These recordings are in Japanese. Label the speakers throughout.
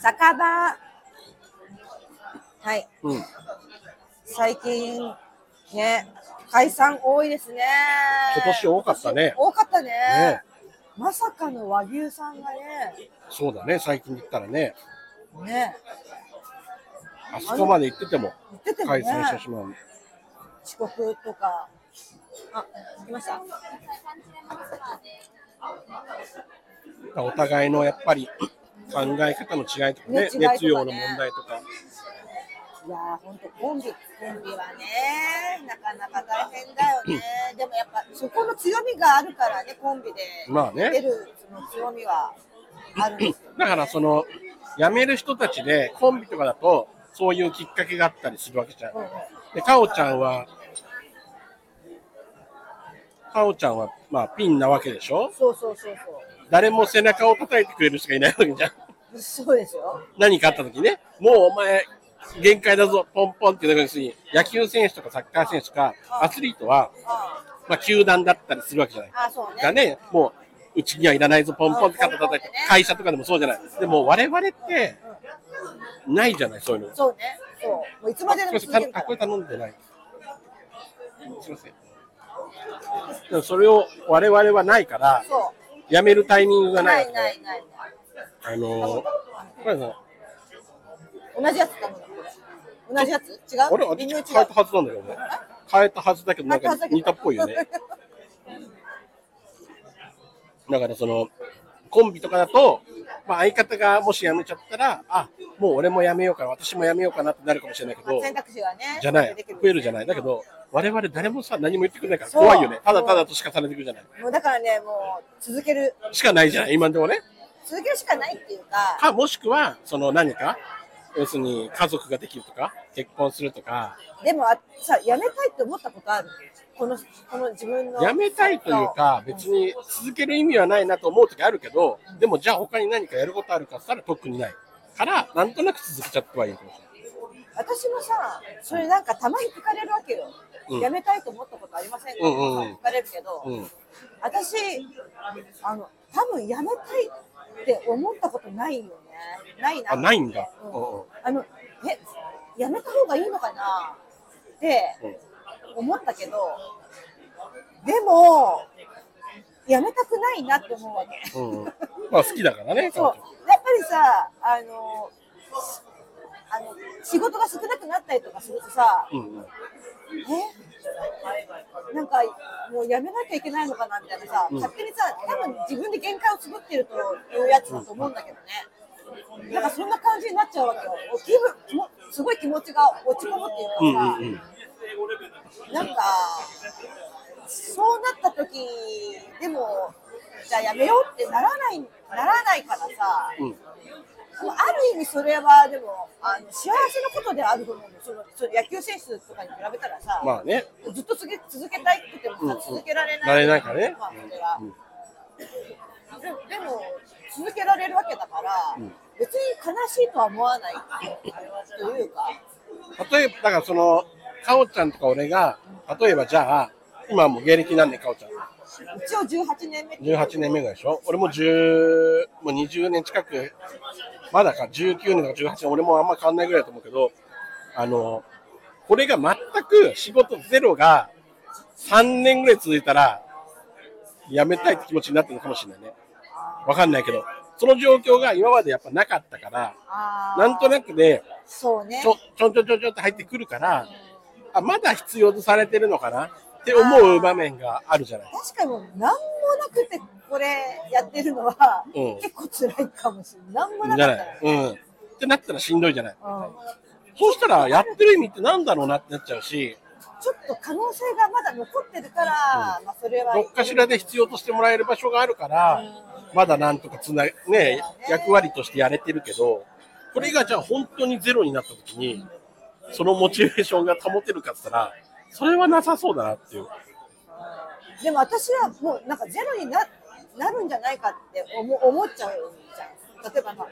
Speaker 1: 酒場はい
Speaker 2: うん。
Speaker 1: 最近ね解散多いですね
Speaker 2: 今年多かったね
Speaker 1: 多かったね
Speaker 2: ね
Speaker 1: まさかの和牛さんがね
Speaker 2: そうだね、最近言ったらね、
Speaker 1: ね
Speaker 2: あそこまで行ってても
Speaker 1: 言っててもね
Speaker 2: 解散してしまう。
Speaker 1: 遅刻とかあ聞きました
Speaker 2: お互いのやっぱり考え方の違いと
Speaker 1: ね、違いとか
Speaker 2: かね
Speaker 1: ね
Speaker 2: 熱量の問題とか。
Speaker 1: いやー、本当コンビ、コンビはね、なかなか大変だよ ね。でもやっぱ、そこの強みがあるからね、コンビで。
Speaker 2: まあね
Speaker 1: 出る、その強みは。あるんです よ、ね。
Speaker 2: だからその、辞める人たちでコンビとかだと、そういうきっかけがあったりするわけじゃん
Speaker 1: うん。うん。
Speaker 2: で、かおちゃんは、かおちゃんは、まあ、ピンなわけでしょ
Speaker 1: そうそうそう
Speaker 2: 誰も背中を叩いてくれる人がいないわけじゃん。
Speaker 1: そう。そうですよ。
Speaker 2: 何かあった時ね、もうお前、限界だぞ、ポンポンって言う時に、野球選手とかサッカー選手とか、アスリートは、
Speaker 1: あ
Speaker 2: まあ、球団だったりするわけじゃない。
Speaker 1: あ、あそうね。
Speaker 2: がね、もう、うちにはいらないぞ、ポンポンって肩叩いて
Speaker 1: うん、
Speaker 2: 会社とかでもそうじゃない。でも、我々って、ないじゃない、そういうの。
Speaker 1: そうね。そう。もういつまででも
Speaker 2: すい
Speaker 1: 続
Speaker 2: ま
Speaker 1: ける
Speaker 2: せん
Speaker 1: か
Speaker 2: あ、
Speaker 1: ら
Speaker 2: こ。れ頼んでない。すいません。でもそれを我々はないから、
Speaker 1: そ
Speaker 2: やめるタイミング
Speaker 1: う。
Speaker 2: がな
Speaker 1: ないい
Speaker 2: わけ
Speaker 1: ないないない。
Speaker 2: あのー、これさ、
Speaker 1: 同じやつ頼むの、これ。同じやつ違う
Speaker 2: あれあれ
Speaker 1: 微妙違
Speaker 2: 変え
Speaker 1: う。
Speaker 2: たはずなんだけどね。変えたはずだけど、なん
Speaker 1: 中
Speaker 2: か
Speaker 1: は避け
Speaker 2: 似たっぽいよ ね。だからそのコンビとかだと、まあ、相方がもし辞めちゃったらあもう俺も辞めようかな私も辞めようかなってなるかもしれないけど
Speaker 1: 選択肢がね。
Speaker 2: じゃない
Speaker 1: でき
Speaker 2: 増えるじゃないだけど我々誰もさ何も言ってくれないから
Speaker 1: そう
Speaker 2: 怖いよねただただとしかされてくるじゃない
Speaker 1: もうだからね、もう続ける、
Speaker 2: しかないじゃない今でもね
Speaker 1: 続けるしかないっていうか。
Speaker 2: かもしくはその何か要するに家族ができるとか結婚するとか
Speaker 1: でもあさやめたいって思ったことあるこのこの自分の
Speaker 2: 辞めたいというか別に続ける意味はないなと思う時あるけどでもじゃあ他に何かやることあるかって言ったら特にないからなんとなく続けちゃってはいいかもしれない
Speaker 1: 私もさそれなんかたまに聞かれるわけよ、
Speaker 2: うん
Speaker 1: やめたいと思ったことありませんか、
Speaker 2: うんうんうん
Speaker 1: 聞かれるけど、
Speaker 2: うん
Speaker 1: 私あの多分やめたいって思ったことないよねないな
Speaker 2: あ、ないんだ。
Speaker 1: うん
Speaker 2: うんうん
Speaker 1: あのえやめた方がいいのかなって思ったけどでもやめたくないなって思うわけ
Speaker 2: うんうんまあ好きだからね。
Speaker 1: そう
Speaker 2: 彼女
Speaker 1: やっぱりさあのあの仕事が少なくなったりとかするとさ
Speaker 2: うんうん
Speaker 1: えなんかもうやめなきゃいけないのかなみたいなさ、
Speaker 2: うん
Speaker 1: 勝手にさ多分自分で限界を作ってるというやつだと思うんだけどねなんかそんな感じになっちゃうわけよ気分もすごい気持ちが落ち込むって
Speaker 2: う
Speaker 1: いうんかさ、
Speaker 2: うんうん。
Speaker 1: なんかそうなった時でもじゃあやめようってならないならないからさ、
Speaker 2: うん
Speaker 1: でもある意味それはでもあの幸せのことではあると思うのそのその野球選手とかに比べたらさ、
Speaker 2: まあね。
Speaker 1: ずっと続け続けたいって言ってもさ、
Speaker 2: うんうん
Speaker 1: 続けられない
Speaker 2: なれないからね
Speaker 1: まあ、それは
Speaker 2: うん
Speaker 1: でもでも続けられるわけだから、
Speaker 2: ん
Speaker 1: 別に悲しいとは思わないというか
Speaker 2: 例えば、だからその、かおちゃんとか俺が、例えばじゃあ、今はもう芸歴何年かおちゃん
Speaker 1: 一応18年目っていう
Speaker 2: ?18 年目ぐらいでしょ俺も10、もう20年近く、まだか、19年とか18年、俺もあんま変わんないぐらいだと思うけど、あの、これが全く仕事ゼロが3年ぐらい続いたら、やめたいって気持ちになってるのかもしれないね。わかんないけど、その状況が今までやっぱなかったから、
Speaker 1: あー
Speaker 2: なんとなくで、
Speaker 1: そうね
Speaker 2: ちょ、ちょんちょんちょんちょんって入ってくるから、あ、まだ必要とされてるのかなって思う場面があるじゃない。
Speaker 1: 確かにもう何もなくてこれやってるのは、
Speaker 2: うん
Speaker 1: 結構辛いかもしれない何もな
Speaker 2: じ
Speaker 1: か
Speaker 2: ゃ
Speaker 1: った
Speaker 2: な
Speaker 1: ら
Speaker 2: い。うん。ってなったらしんどいじゃない。
Speaker 1: うん
Speaker 2: そうしたら、やってる意味ってなんだろうなってなっちゃうし、
Speaker 1: ちょっと可能性がまだ残ってるから、まあそれは
Speaker 2: どっかしらで必要としてもらえる場所があるから、まだなんとかつな、ね、役割としてやれてるけど、これがじゃあ本当にゼロになった時に、そのモチベーションが保てるかって言ったら、それはなさそうだなっていう。
Speaker 1: でも私はもうなんかゼロにななるんじゃないかって思思っちゃうじゃん例えばまあ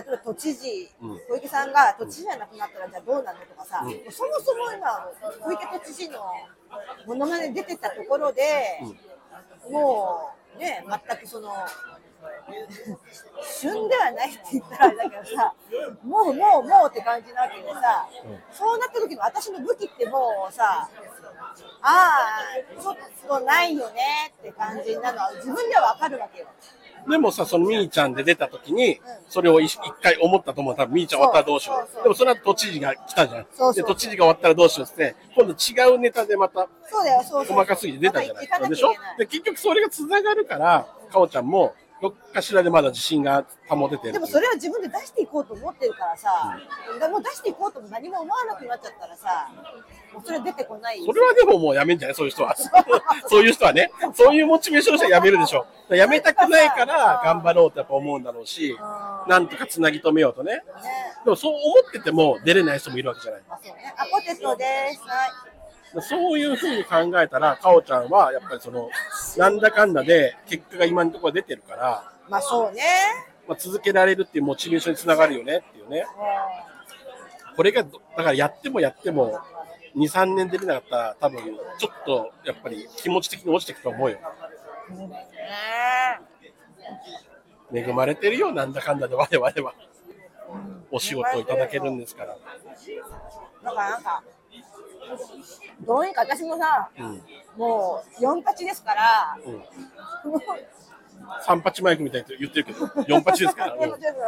Speaker 1: 例えば都知事、
Speaker 2: うん
Speaker 1: 小池さんが都知事じゃなくなったらじゃあどうなのとかさ、
Speaker 2: うん
Speaker 1: もうそもそも今小池都知事のものまね出てたところで、もうね全くその 旬ではないって言ったらあれだけどさ、もうもうもうって感じなわけでさ、そうなった時の私の武器ってもうさ、ああ、ちょっとないよねって感じなのは自分ではわかるわけよ。
Speaker 2: でもさ、そのみーちゃんで出た時に
Speaker 1: ん、
Speaker 2: それを一一回思ったと思う。多分みーちゃん終わったらどうし
Speaker 1: そう
Speaker 2: よ
Speaker 1: そうそう
Speaker 2: う。でもその後都知事が来たじゃん。
Speaker 1: そうそう
Speaker 2: で、都知事が終わったらどうしようって、今度違うネタでまた
Speaker 1: そうだよ、そうそう。
Speaker 2: 細かすぎて出たじゃない
Speaker 1: また行かな
Speaker 2: で
Speaker 1: き
Speaker 2: し
Speaker 1: ゃい
Speaker 2: ょ
Speaker 1: けない。
Speaker 2: で、結局それが繋がるから、かおちゃんも、どっかしらでまだ自信が保ててる。
Speaker 1: でもそれは自分で出していこうと思ってるからさ、もう出していこうとも何も思わなくなっちゃったらさ、もうそれ出てこないよ
Speaker 2: それはでももうやめんじゃないそういう 人は。そういう人はね。そういうモチベーションの人はやめるでしょ。やめたくないから頑張ろうってやっぱ思うんだろうし、なんとかつなぎ止めようとね。
Speaker 1: ね。
Speaker 2: でもそう思ってても出れない人もいるわけじゃない。
Speaker 1: あ、そうね。あ、ポテトです。はい。
Speaker 2: そういうふうに考えたら、かおちゃんはやっぱりその、なんだかんだで結果が今のところ出てるから、
Speaker 1: まあそうね。
Speaker 2: まあ、続けられるっていうモチベーションにつながるよねっていうね。これがど、だからやってもやっても、2、3年できなかったら多分、ちょっとやっぱり気持ち的に落ちてくと思うよ。
Speaker 1: うんね
Speaker 2: 恵まれてるよ、なんだかんだで我々は。お仕事をいただけるんですから。
Speaker 1: だからなんか、どうにか私もさ、
Speaker 2: うん。
Speaker 1: もう4八ですから、
Speaker 2: うん。
Speaker 1: もう
Speaker 2: 三八マイクみたいに言ってるけど、四八で すから。
Speaker 1: でも
Speaker 2: うん
Speaker 1: ちょっと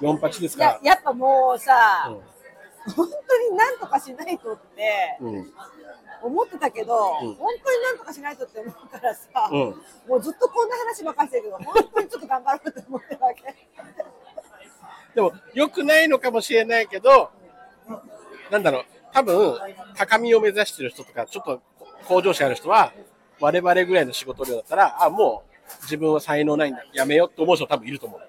Speaker 2: 四八ですか
Speaker 1: や
Speaker 2: ら。
Speaker 1: やっぱもうさ、
Speaker 2: う
Speaker 1: 本当になんとかしないとって
Speaker 2: ん。うん。
Speaker 1: 思ってたけど、
Speaker 2: うん
Speaker 1: 本当になんとかしないとって思うからさ、
Speaker 2: うん
Speaker 1: もうずっとこんな話ばっかりしてるけど、本当にちょっと頑張ろうと思ってるわけ。
Speaker 2: でも、良くないのかもしれないけど、なんだろう、多分、高みを目指してる人とか、ちょっと向上心ある人は、我々ぐらいの仕事量だったら、あ、もう自分は才能ないんだ、やめようって思う人多分いると思う。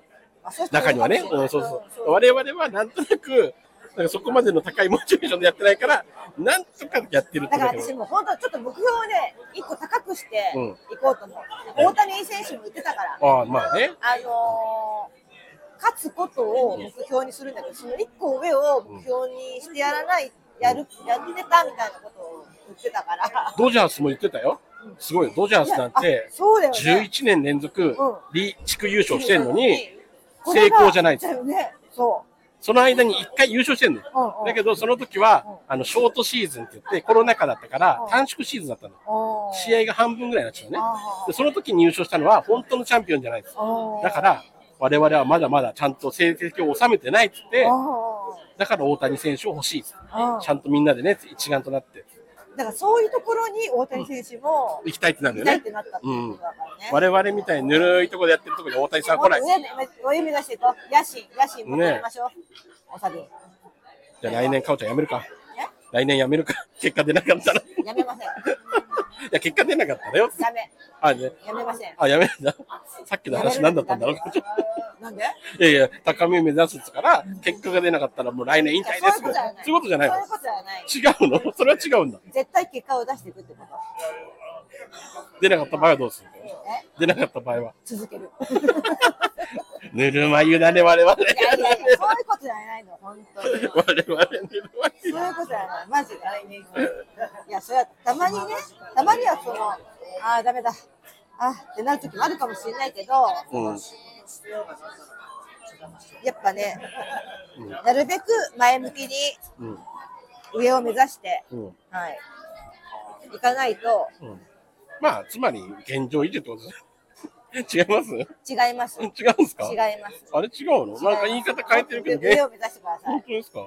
Speaker 1: あそう
Speaker 2: 中にはね。うん、そうそう。我々はなんとなく、なんかそこまでの高いモチベーションでやってないから、なんとかやってるっ
Speaker 1: だか
Speaker 2: て
Speaker 1: ら
Speaker 2: だけ
Speaker 1: 私
Speaker 2: ど。
Speaker 1: も本当はちょっと目標をね、一個高くして
Speaker 2: うん
Speaker 1: いこうと思う。大谷選手も言ってたから、
Speaker 2: ああ、まあね。
Speaker 1: あのー勝つことを目標にするんだけど、その一個上を目標にしてやらない、やる、やってたみたいなことを言ってたから。
Speaker 2: ドジャースも言ってたよ。すごいよ、ドジャースなん
Speaker 1: いや
Speaker 2: て
Speaker 1: あ、そうだよね
Speaker 2: 11年連続、リ地区優勝してんのに、
Speaker 1: これが
Speaker 2: 成功じゃないんです
Speaker 1: だよね。そう。
Speaker 2: その間に1回優勝してんのよ。
Speaker 1: うんうん
Speaker 2: だけど、その時は、あの、ショートシーズンって言って、コロナ禍だったから、短縮シーズンだったの。
Speaker 1: おー
Speaker 2: 試合が半分ぐらいになっちゃうね
Speaker 1: あー。
Speaker 2: で、その時に優勝したのは、本当のチャンピオンじゃないです。
Speaker 1: おー
Speaker 2: だから、我々はまだまだちゃんと成績を収めてないって言って、
Speaker 1: おー
Speaker 2: だから大谷選手を欲しいっつって。
Speaker 1: うん
Speaker 2: ちゃんとみんなでね、一丸となって
Speaker 1: だからそういうところに大谷選手も
Speaker 2: 行きたいってなる
Speaker 1: 行き
Speaker 2: よ
Speaker 1: たいっ
Speaker 2: ね
Speaker 1: て。なったって
Speaker 2: う
Speaker 1: こと
Speaker 2: ん
Speaker 1: だからね。
Speaker 2: 我々みたいにぬるいとこでやってるとこに大谷さんは来ない
Speaker 1: もっと上上目指していこう。野心、野心持っていきましょう。おさび。
Speaker 2: じゃあ来年、かおちゃん辞めるか。来年辞めるか。 結果出なかったら。い
Speaker 1: やめません。
Speaker 2: や、結果出なかったらよ。
Speaker 1: ダメ。
Speaker 2: あ、ね、
Speaker 1: やめません。
Speaker 2: あ、やめるんだ。さっきの話何だったんだろう。
Speaker 1: なんで
Speaker 2: いやいや、高みを目指すっつうから、結果が出なかったらもう来年引退です
Speaker 1: そういうことじゃない。
Speaker 2: そういうことじゃ
Speaker 1: そう
Speaker 2: ないの
Speaker 1: いうことじゃない。
Speaker 2: 違うのそれは違うんだ。
Speaker 1: 絶対結果を出していくってこ
Speaker 2: 出なかった場合はどうするの
Speaker 1: と。ね。
Speaker 2: 出なかった場合は。
Speaker 1: 続ける。
Speaker 2: ぬるま湯だね、我々。
Speaker 1: いやいやいや、そういうことじゃないの、本当に。
Speaker 2: 我々ぬるま湯。
Speaker 1: そういうことやな、マジで。いや、それはたまにね、たまにはその、ああ、だめだ、あーってなる時もあるかもしれないけど、
Speaker 2: うん。
Speaker 1: やっぱね、なるべく前向きに
Speaker 2: うん。
Speaker 1: 上を目指して、
Speaker 2: うん。
Speaker 1: はい、行かないと
Speaker 2: うんまあ、つまり現状維持ってことです。違います違
Speaker 1: 違います。違い
Speaker 2: うんですか
Speaker 1: ます。
Speaker 2: あれ違うのなんか言い方変えてるけど、
Speaker 1: 上
Speaker 2: 現
Speaker 1: を目指してくださ
Speaker 2: 本
Speaker 1: い。
Speaker 2: 当ですか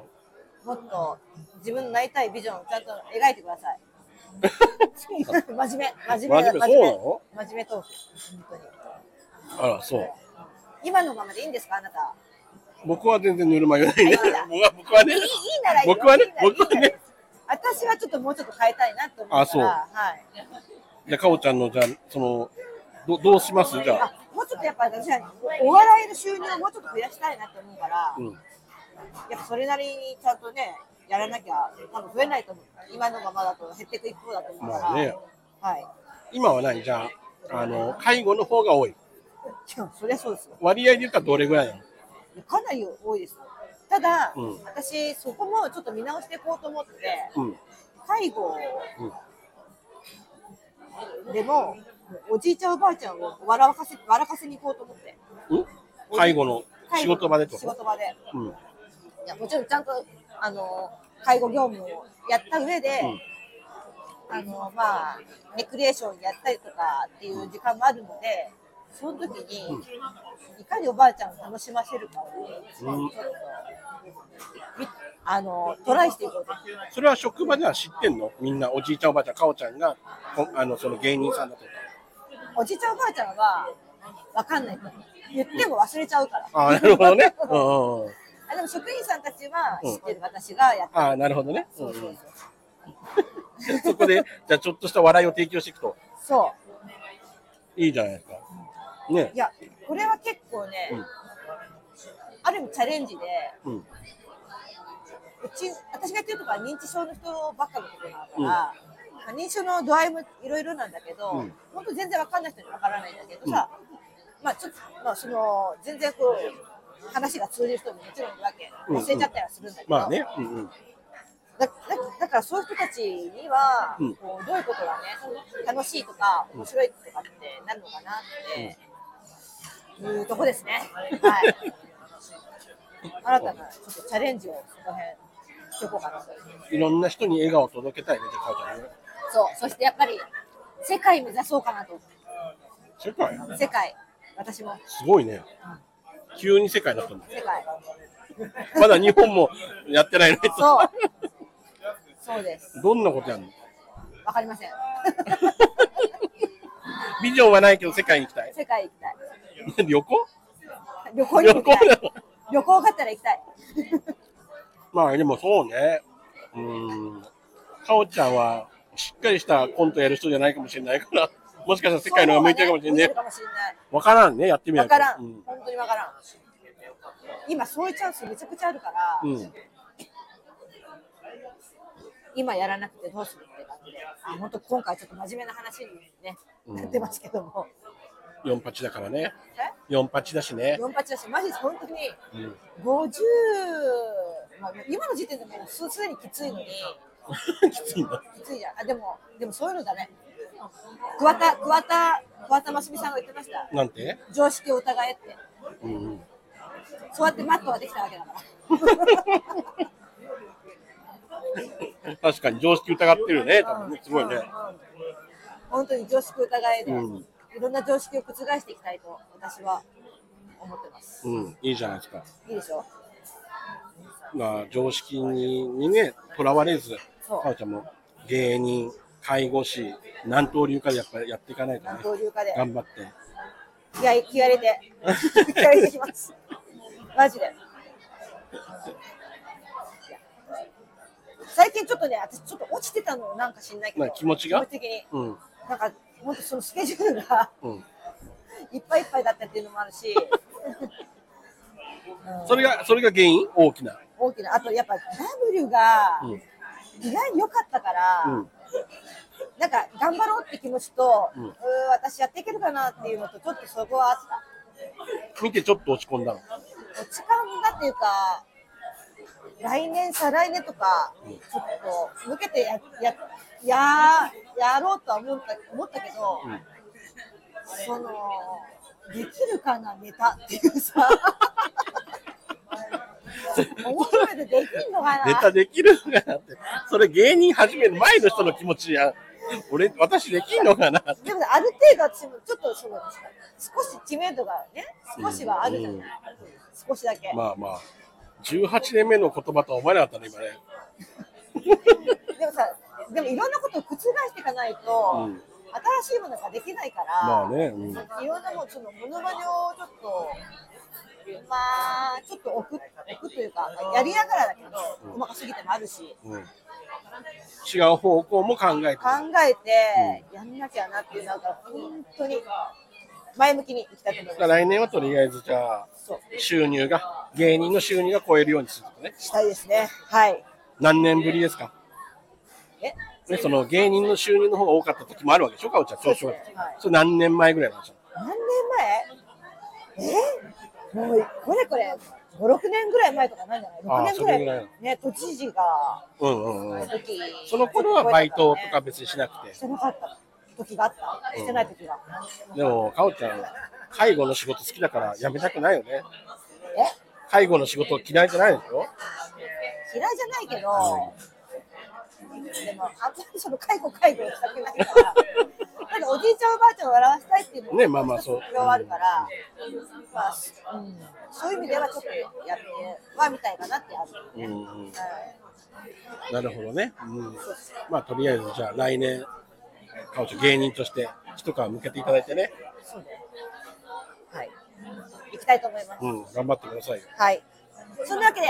Speaker 1: もっと自分のなりたいビジョンをちゃんと描いてください。 真面目、真面目だ、
Speaker 2: 真面目そうなの
Speaker 1: 真面目トーク、本当に。
Speaker 2: あら、そう。
Speaker 1: 今のままでいいんですか、あなた。
Speaker 2: 僕は全然ぬるま湯ないね。僕は、 僕はい
Speaker 1: い
Speaker 2: ね
Speaker 1: いい。ならいいよ
Speaker 2: 僕はね
Speaker 1: いいならいい
Speaker 2: 僕はね
Speaker 1: 私はちょっともうちょっと変えたいなと思うから
Speaker 2: あそう
Speaker 1: はい
Speaker 2: じゃあ、かおちゃんの、じゃあ、その、どどうしますじゃあ。
Speaker 1: あもうちょっとやっぱ私はお笑いの収入をもうちょっと増やしたいなと思うから、
Speaker 2: う
Speaker 1: や
Speaker 2: ん。
Speaker 1: っぱそれなりにちゃんとねやらなきゃ多分増えないと思う今のままだと減っていく一方だと思うから、
Speaker 2: まあね
Speaker 1: はい
Speaker 2: 今は何じゃあ、あの、介護の方が多い。
Speaker 1: しかもそりゃそうですよ
Speaker 2: 割合で言ったらどれぐらいなの
Speaker 1: かなり多いですよただ、
Speaker 2: うん
Speaker 1: 私そこもちょっと見直していこうと思って
Speaker 2: うん。
Speaker 1: 介護
Speaker 2: うん。
Speaker 1: でもおじいちゃんおばあちゃんを笑わかせ笑かせに行こうと思って
Speaker 2: ん介護の
Speaker 1: 介
Speaker 2: 仕
Speaker 1: 護
Speaker 2: 事場でって
Speaker 1: 仕
Speaker 2: こと
Speaker 1: 事場で
Speaker 2: うん。
Speaker 1: いやもちろんちゃんとあの介護業務をやった上で、
Speaker 2: うん
Speaker 1: あのまあレクリエーションやったりとかっていう時間もあるのでその時に、いかにおばあちゃんを楽しませるかを、
Speaker 2: うん
Speaker 1: ちょっとみあのトライしていこうと
Speaker 2: それは職場では知ってんのみんな、おじいちゃんおばあちゃん、かおちゃんが、こあの、その芸人さんだとか。
Speaker 1: おじいちゃんおばあちゃんは分かんないと思う言っても忘れちゃうから、
Speaker 2: ああ、なるほ どね。うんうんうん。
Speaker 1: あでも職員さんたちは知ってる、私がやっ
Speaker 2: ああ、なるほどね。うん
Speaker 1: そううそうんそう
Speaker 2: そこで、じゃあちょっとした笑いを提供していくと、
Speaker 1: そう
Speaker 2: いいじゃないですか。ね
Speaker 1: い。や、これは結構ね、
Speaker 2: うん
Speaker 1: ある意味チャレンジで、
Speaker 2: うん。
Speaker 1: うち、私がやってるとこは認知症の人ばっかのところだから、まあ認知症の度合いもいろいろなんだけど、
Speaker 2: うん
Speaker 1: 本当全然わかんない人にわからないんだけどさ、まあちょっと、まあその、全然こう、話が通じる人ももちろんいるわけ。
Speaker 2: うんうん
Speaker 1: 忘れちゃったりはするんだけど、
Speaker 2: まあね。うんうん。
Speaker 1: だだだからそういう人たちには、
Speaker 2: うん
Speaker 1: こうどういうことがね、楽しいとか、面白いとかってなるのかなって、いうとこです ね。はい。新たなちょっとチャレンジをその辺していこうかなと。
Speaker 2: いろんな人に笑顔を届けたいね、じゃあかおちゃんね。
Speaker 1: そう、そしてやっぱり世界目指そうかなと。
Speaker 2: 世界
Speaker 1: 世界、私も
Speaker 2: すごいね。急に世界になったんだ。
Speaker 1: 世界。
Speaker 2: まだ日本もやって ないのに
Speaker 1: そう。そうです。
Speaker 2: どんなことやんの
Speaker 1: わかりません。
Speaker 2: ビジョンはないけど世界に行きたい。
Speaker 1: 世界行きたい。
Speaker 2: 旅行
Speaker 1: 旅行にも行きた
Speaker 2: 旅
Speaker 1: い
Speaker 2: 行なの。
Speaker 1: 旅行があったら行きたい。
Speaker 2: まあでもそうね。うーん。かおちゃんはしっかりしたコントやる人じゃないかもしれないから、 もしかしたら世界の方が向いてるかもしれない
Speaker 1: そう
Speaker 2: ね。
Speaker 1: かもしれない。
Speaker 2: わからんね、やってみな
Speaker 1: わ
Speaker 2: い
Speaker 1: からん、
Speaker 2: うん。
Speaker 1: 本当にわからん。今そういうチャンスめちゃくちゃあるから、
Speaker 2: うん。
Speaker 1: 今やらなくてどうするって感じで、あ本当今回ちょっと真面目な話にね、
Speaker 2: うん
Speaker 1: なってますけども、
Speaker 2: 四八だからね。
Speaker 1: え
Speaker 2: 四八だしね。
Speaker 1: 48だし、マジで本当に
Speaker 2: うん。
Speaker 1: 50、まあ、今の時点でもうすすでにきついのに、
Speaker 2: きついな。
Speaker 1: きついじゃん。あでもでもそういうのだね。桑田桑田桑田真澄さんが言ってました。
Speaker 2: なんて
Speaker 1: 常識を疑えって、
Speaker 2: うんうん。
Speaker 1: そうやってマットができたわけだから。
Speaker 2: 確かに常識疑ってるよね。多分ねすごい
Speaker 1: うん。
Speaker 2: ね
Speaker 1: うん本当に常識疑いで、
Speaker 2: うん
Speaker 1: いろんな常識を覆していきたいと私は思ってます。
Speaker 2: うん。いいじゃないですか。
Speaker 1: いいでしょ
Speaker 2: まあ、常識にね、とらわれず、
Speaker 1: そう
Speaker 2: かおちゃんも芸人、介護士、何刀流かでやっぱりやっていかないとね
Speaker 1: 何、刀流かで
Speaker 2: 頑張って。
Speaker 1: 気合い気合い入れて気合い入れてき ます。マジで。最近ちょっとね、私ちょっと落ちてたのなんか知んないけど、
Speaker 2: まあ気持ちが
Speaker 1: 的に、
Speaker 2: うん、
Speaker 1: なんかもっとそのスケジュールが
Speaker 2: うん。
Speaker 1: いっぱいいっぱいだったっていうのもあるし、
Speaker 2: それが、それが原因大きな。
Speaker 1: 大きな、あとやっぱ W が
Speaker 2: うん、
Speaker 1: 意外に良かったから、
Speaker 2: うん、
Speaker 1: なんか頑張ろうって気持ちと、
Speaker 2: う
Speaker 1: うんーん、私やっていけるかなっていうのと、ちょっとそこはあった。
Speaker 2: 見てちょっと落ち込んだの。
Speaker 1: 落ち込んだっていうか、来年、再来年とか、ちょっと向けてややややろうとは思った思ったけど、
Speaker 2: うん
Speaker 1: その、できるかな、ネタっていう さ。面白いでできんのかな
Speaker 2: ネタできるのかなって。それ芸人始める前の人の気持ちや。俺、私できんのかな
Speaker 1: でもねある程度私もちょっとその少し知名度がね少しはあるじゃない、
Speaker 2: うん
Speaker 1: 少しだけ、
Speaker 2: まあまあ。18年目の言葉とは思えなかったね、今ね。
Speaker 1: でもさでもいろんなことを覆していかないと、
Speaker 2: うん
Speaker 1: 新しいものができないから、
Speaker 2: まあね。うん。
Speaker 1: いろんなもうそのものまねをちょっとまあちょっと置く置くというかやりながらだけど細かすぎてもあるし
Speaker 2: うん、違う方向も考えて。
Speaker 1: 考えてやんなきゃなっていうなんか本当に前向きにいきたいと思います
Speaker 2: 来年はとりあえずじゃあ
Speaker 1: そう
Speaker 2: 収入が芸人の収入が超えるようにするとね
Speaker 1: したいですねはい
Speaker 2: 何年ぶりですか
Speaker 1: え
Speaker 2: ねその芸人の収入の方が多かった時もあるわけでしょかおちゃん調子が
Speaker 1: そうですねはい
Speaker 2: それ何年前ぐらいなんですか
Speaker 1: 何年前えもうこれこれ56年ぐらい前とかなんじゃない
Speaker 2: あー
Speaker 1: 6年ぐら
Speaker 2: それぐらい
Speaker 1: いね都知事が
Speaker 2: うんうんうん
Speaker 1: 時
Speaker 2: その頃はバイトとか別にしなくて
Speaker 1: してなかった時があった。してない時が。
Speaker 2: でも、かおちゃん、介護の仕事好きだから辞めたくないよね。
Speaker 1: え
Speaker 2: 介護の仕事嫌いじゃないでしょ
Speaker 1: 嫌いじゃないけど、でも、あんまりその介護介護したくないから、 ただおじいちゃんおばあちゃんを笑わせたいっていうのも
Speaker 2: ねまあまあそう
Speaker 1: 必要あるから、まあ、うん、そういう意味ではちょっとやってはみたいかなってある。
Speaker 2: うんうん。
Speaker 1: う
Speaker 2: なるほどね。うん。まあ、とりあえず、じゃあ来年、かおちゃん芸人として一皮向けていただいてね。
Speaker 1: ん、そうね。はい。行きたいと思います。
Speaker 2: うん、頑張ってくだ さいよ。
Speaker 1: はい。そんなわけで、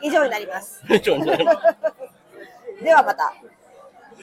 Speaker 1: 以上になります。
Speaker 2: 以上になります
Speaker 1: ではまた。